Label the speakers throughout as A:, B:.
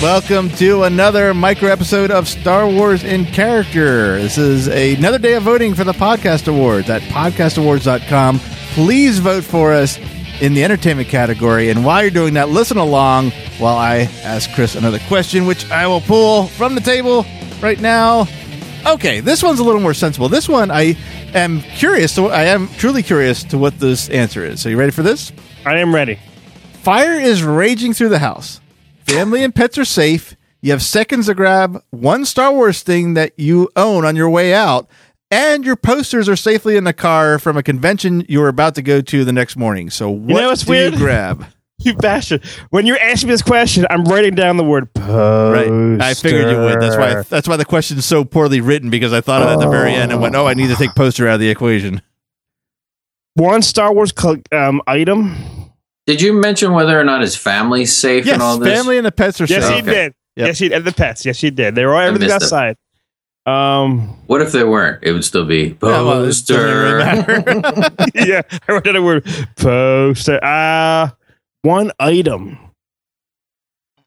A: Welcome to another micro episode of Star Wars in Character. This is another day of voting for the Podcast Awards at podcastawards.com. Please vote for us in the entertainment category. And while you're doing that, listen along while I ask Chris another question, which I will pull from the table right now. Okay, this one's a little more sensible. This one, I am curious. To, I am truly curious to what this answer is. So, you ready for this?
B: I am ready.
A: Fire is raging through the house. Family and pets are safe. You have seconds to grab one Star Wars thing that you own on your way out, and your posters are safely in the car from a convention you were about to go to the next morning. So what
B: know what's
A: do
B: weird?
A: you grab?
B: You bastard. When you're asking me this question, I'm writing down the word
A: Right,
B: poster.
A: I figured you would. That's why. that's why the question's so poorly written because I thought of it at the very end and went, "Oh, I need to take poster out of the equation."
B: One Star Wars col- um, item.
C: Did you mention whether or not his family's safe
A: Yes,
C: and all this?
A: family and the pets are
B: Yes,
A: safe.
B: he
C: Okay.
B: did.
A: Yep.
B: Yes, he did. And the pets. Yes, he did. They were all everything
C: missed it.
B: outside. Um,
C: What if they weren't? It would still be
A: Yeah, well, it doesn't really
C: poster.
A: matter.
B: yeah, I wrote down the word poster. Uh, one item.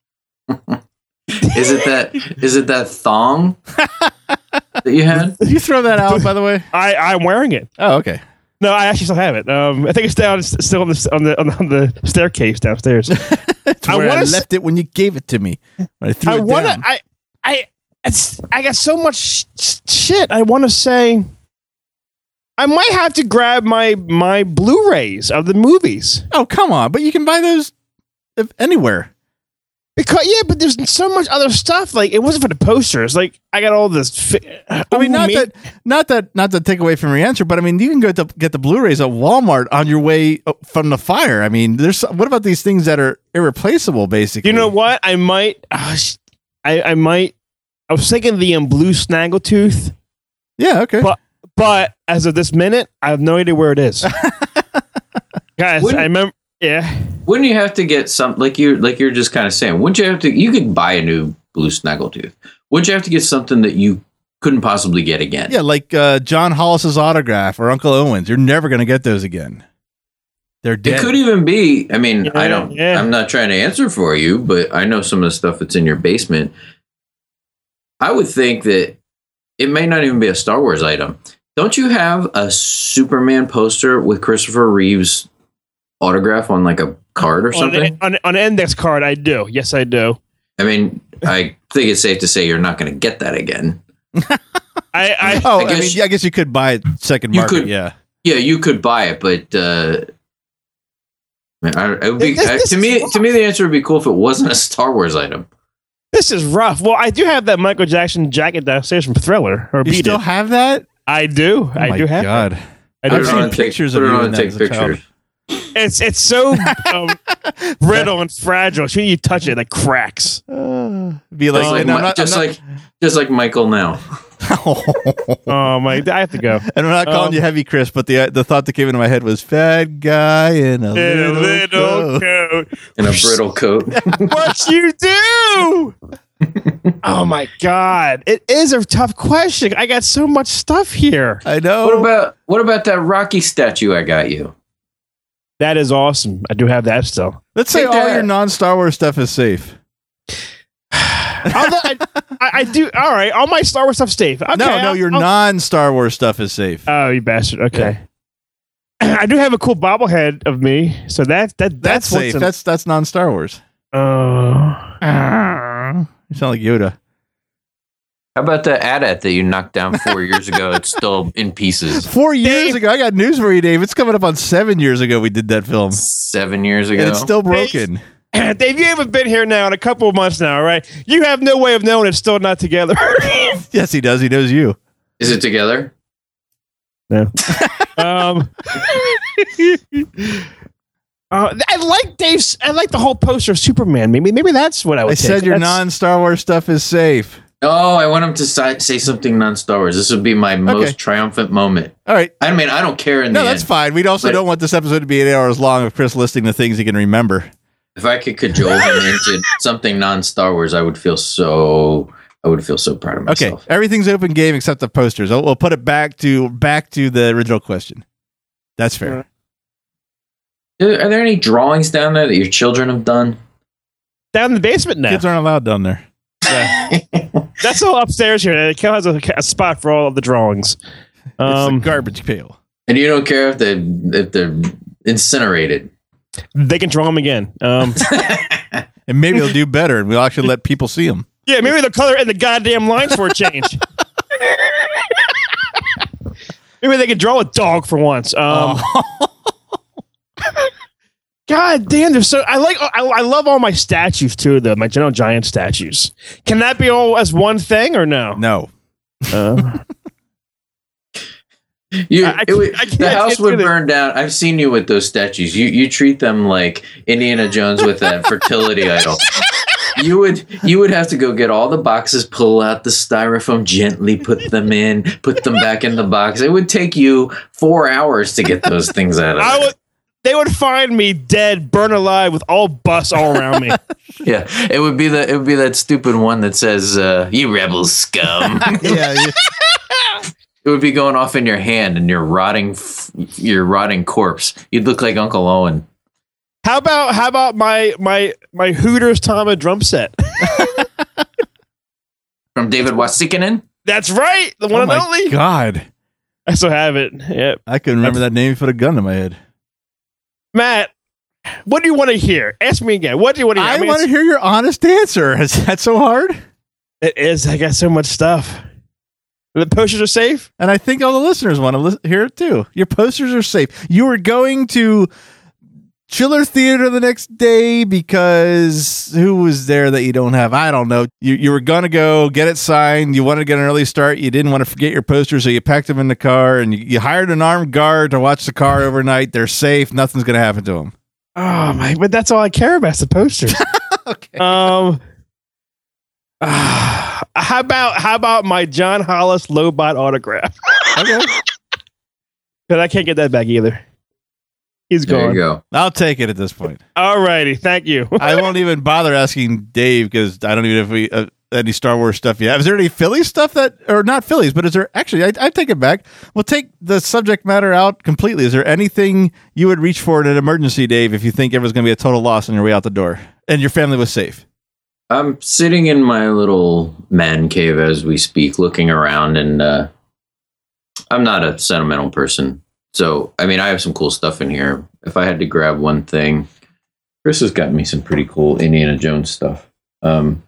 C: is it that? Is it that thong that you had?
A: Did you throw that out, by the way?
B: I I'm wearing it.
A: Oh, okay.
B: No, I actually still have it. Um, I think it's down it's still on the on the on the staircase downstairs.
A: It's
B: I
A: where I,
B: wanna s-
A: left it when you gave it to me. When I threw
B: I
A: it
B: want to.
A: down.
B: I I it's, I got so much sh- sh- shit. I want to say. I might have to grab my my Blu-rays of the movies
A: Oh, come on. But you can buy those if- anywhere.
B: because yeah, but there's so much other stuff. Like it wasn't for the posters. Like I got all this. Fi-
A: I mean,
B: Ooh,
A: not
B: me-
A: that, not that, not to take away from your answer, but I mean, you can go to get the Blu-rays at Walmart on your way uh, from the fire. I mean, there's what about these things that are irreplaceable? Basically,
B: You know what? I might. ah, sh- I I might. I was thinking the um, blue snaggletooth,
A: Yeah. Okay.
B: But- but as of this minute, I have no idea where it is. Guys,
C: Wouldn't-
B: I remember. Yeah.
C: Wouldn't you have to get some like you like you're just kind of saying? Wouldn't you have to? You could buy a new blue snaggletooth. Wouldn't you have to get something that you couldn't possibly get again?
A: yeah, like uh, John Hollis's autograph or Uncle Owen's. You're never going to get those again. They're
C: It
A: dead.
C: could even be. I mean, I
B: Yeah,
C: don't.
B: yeah.
C: I'm not trying to answer for you, but I know some of the stuff that's in your basement. I would think that it may not even be a Star Wars item. Don't you have a Superman poster with Christopher Reeve's autograph on like a card or
B: on,
C: something?
B: an- on, on an index card, I do. Yes, I do.
C: I mean, I think it's safe to say you're not going to get that again.
B: I, I
A: oh, I,
C: I
A: mean,
C: guess-
A: yeah, I guess you could buy it second
C: You
A: market.
C: could-
A: yeah.
C: Yeah, you could buy it, but uh, I, mean, I- it would be,
B: This-
C: I-
B: this
C: to
B: is
C: me,
B: wrong.
C: to me, the answer would be cool if it wasn't a Star Wars item.
B: this is rough. Well, I do have that Michael Jackson jacket downstairs from Thriller or
A: You
B: Beat
A: still
B: It.
A: have that?
B: I do.
A: Oh
B: I
A: my
B: do have.
A: God.
B: It. I
A: I've
B: do.
C: Put it
A: seen
C: on and take-
A: pictures
C: put
A: of
C: it
A: you
C: on
A: in
C: and
A: that
C: take
A: as a child.
C: pictures.
B: It's it's so um, brittle and fragile. As soon as you touch it, it cracks.
A: Uh, be like,
C: Just like,
A: and I'm
C: Mi-
A: not- I'm
C: just
A: not-
C: like, just like Michael now.
B: Oh my! I have to go.
A: and I'm not calling
B: Um,
A: you heavy, Chris, but the the thought that came into my head was fat guy in a
B: In a
A: little,
B: little
A: coat."
B: coat.
C: in a brittle coat.
B: What you do? oh my God! It is a tough question. I got so much stuff here.
A: I know.
C: what about what about that Rocky statue I got you?
B: That is awesome. I do have that still.
A: Let's say
C: Take
A: all
C: that.
A: your non Star Wars stuff is safe.
B: Although I, I, I do. All right, all my Star Wars stuff safe. Okay,
A: no, no,
B: I'll-
A: your
B: I'll-
A: non Star Wars stuff is safe.
B: Oh, you bastard. Okay. I do have a cool bobblehead of me, so that that
A: that's
B: that's,
A: safe.
B: what's in-
A: That's that's non Star Wars.
B: Oh.
A: You sound like Yoda.
C: How about the AT-AT that you knocked down four years ago? It's still in pieces.
A: Four years
B: Dave-
A: ago, I got news for you, Dave. It's coming up on seven years ago. We did that film,
C: Seven years
A: and
C: ago.
A: it's still broken.
B: Dave, you haven't been here now in a couple of months now, all right? You have no way of knowing it's still not together.
A: yes, he does. He knows you.
C: Is it together?
B: um, uh, I like Dave's. I like the whole poster of Superman. Maybe maybe that's what I
A: I,
B: would.
A: said
B: take.
A: your
B: That's-
A: non Star Wars stuff is safe.
C: Oh, I want him to si- say something non-Star Wars. This would be my most triumphant moment.
A: All right.
C: I mean, I don't care in
A: No,
C: the
A: that's
C: end.
A: fine. We also
C: But-
A: don't want this episode to be eight hours long of Chris listing the things he can remember.
C: If I could cajole him into something non-Star Wars, I would feel so. I would feel so proud of
A: Okay,
C: myself.
A: everything's open game except the posters. I'll, we'll put it back to back to the original question. That's fair.
C: Are there any drawings down there that your children have done?
B: down in the basement now.
A: Kids aren't allowed down there.
B: That's all upstairs here. Kel has a, a spot for all of the drawings. Um,
A: it's a garbage pail.
C: And you don't care if they if they're incinerated.
B: they can draw them again. Um,
A: And maybe they'll do better, and we'll actually let people see them.
B: yeah, maybe the color and the goddamn lines for a change. maybe they can draw a dog for once. Um, God damn, they're so. I like. I, I love all my statues too, though. My General Giant statues. Can that be all as one thing or no?
A: No.
B: Uh,
C: You,
B: I- I
C: it would-
B: can't- I can't-
C: the
B: I
C: house
B: can't
C: would
B: do that.
C: burn down. I've seen you with those statues. You you treat them like Indiana Jones with that fertility idol. You would you would have to go get all the boxes, pull out the styrofoam, gently put them in, put them back in the box. It would take you four hours to get those things out of.
B: I
C: there.
B: would. They would find me dead, burned alive, with all bus all around me.
C: Yeah, it would be the it would be that stupid one that says uh, "You rebel scum."
A: Yeah. yeah.
C: it would be going off in your hand and your rotting f- your rotting corpse. You'd look like Uncle Owen.
B: How about how about my my my Hooters Tama drum set?
C: From David Wasikinen?
B: That's right, the one
A: Oh
B: and
A: my
B: only.
A: God.
B: I still have it. Yep.
A: I couldn't remember that name. You put a gun to my head.
B: Matt, what do you want to hear? Ask me again. What do you want to hear?
A: I,
B: I mean,
A: want to
B: it's-
A: hear your honest answer. Is that so hard?
B: It is. I got so much stuff. The posters are safe.
A: And I think all the listeners want to lis- hear it too. Your posters are safe. You were going to Chiller Theater the next day because who was there that you don't have? I don't know. You, you were going to go get it signed. You wanted to get an early start. You didn't want to forget your posters, so you packed them in the car and you, you hired an armed guard to watch the car overnight. They're safe. Nothing's going to happen to them.
B: Oh my! But that's all I care about is the posters.
A: Okay.
B: um. ah, how about how about my John Hollis Lobot autograph?
A: okay.
B: Because I can't get that back either. He's
C: There
B: gone.
C: you go.
A: I'll take it at this point.
B: All righty. Thank you.
A: I won't even bother asking Dave because I don't even know if we uh, any Star Wars stuff you have. Is there any Philly stuff that, or not Phillies, but is there actually? I, I take it back. We'll take the subject matter out completely. Is there anything you would reach for in an emergency, Dave, if you think it was going to be a total loss on your way out the door and your family was safe?
C: I'm sitting in my little man cave as we speak, looking around, and uh, I'm not a sentimental person. So, I mean, I have some cool stuff in here. If I had to grab one thing, Chris has got me some pretty cool Indiana Jones stuff. Um,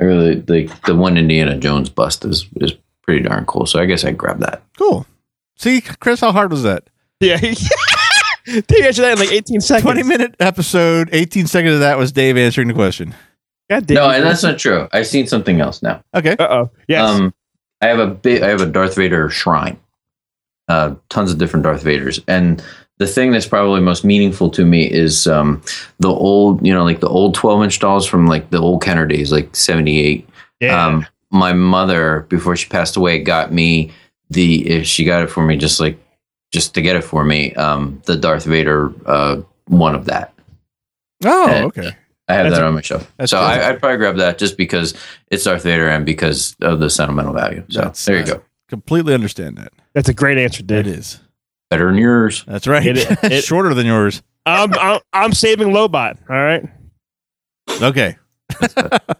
C: I really like the one Indiana Jones bust is is pretty darn cool. So, I guess I'd grab that.
A: Cool. See, Chris, how hard was that?
B: Yeah. Did you answer that in like 18 seconds?
A: Twenty minute episode, eighteen seconds of that was Dave answering the question.
B: God damn
C: No, and that's not true. I've seen something else now.
A: Okay,
B: Uh oh. Yes.
C: Um, I have a big, I have a Darth Vader shrine. Uh, tons of different Darth Vaders, and the thing that's probably most meaningful to me is um, the old, you know, like the old twelve-inch dolls from like the old Kenner days, like seventy-eight.
B: yeah.
C: Um, my mother, before she passed away, got me the. eh, She got it for me, just like just to get it for me. Um, the Darth Vader uh, one of that.
A: oh, okay,
C: I have
B: That's
C: that
B: a-
C: on my shelf,
A: that's
C: so
A: cool.
C: I, I'd probably grab that just because it's Darth Vader and because of the sentimental value. So
A: That's
C: there you
A: nice.
C: go.
A: completely understand that.
B: that's a great answer,
A: It
B: dude.
A: is.
C: better than yours.
A: That's right.
B: It- it-
A: Shorter than yours.
B: I'm, I'm, I'm saving Lobot. All right.
A: Okay.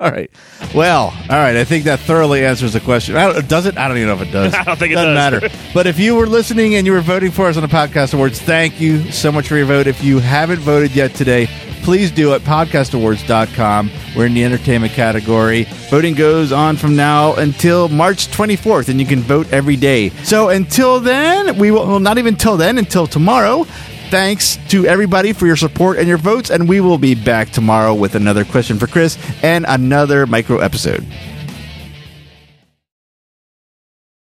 A: all right. Well, all right. I think that thoroughly answers the question. I don't, does it? I don't even know if it does.
B: I don't think it
A: doesn't
B: does.
A: matter. But if you were listening and you were voting for us on the Podcast Awards, thank you so much for your vote. If you haven't voted yet today, please do at podcastawards.com. We're in the entertainment category.
D: Voting goes on from now until March 24th, and you can vote every day.
A: So until then, we will well, not even till then, until tomorrow. Thanks to everybody for your support and your votes, and we will be back tomorrow with another question for Chris and another micro episode.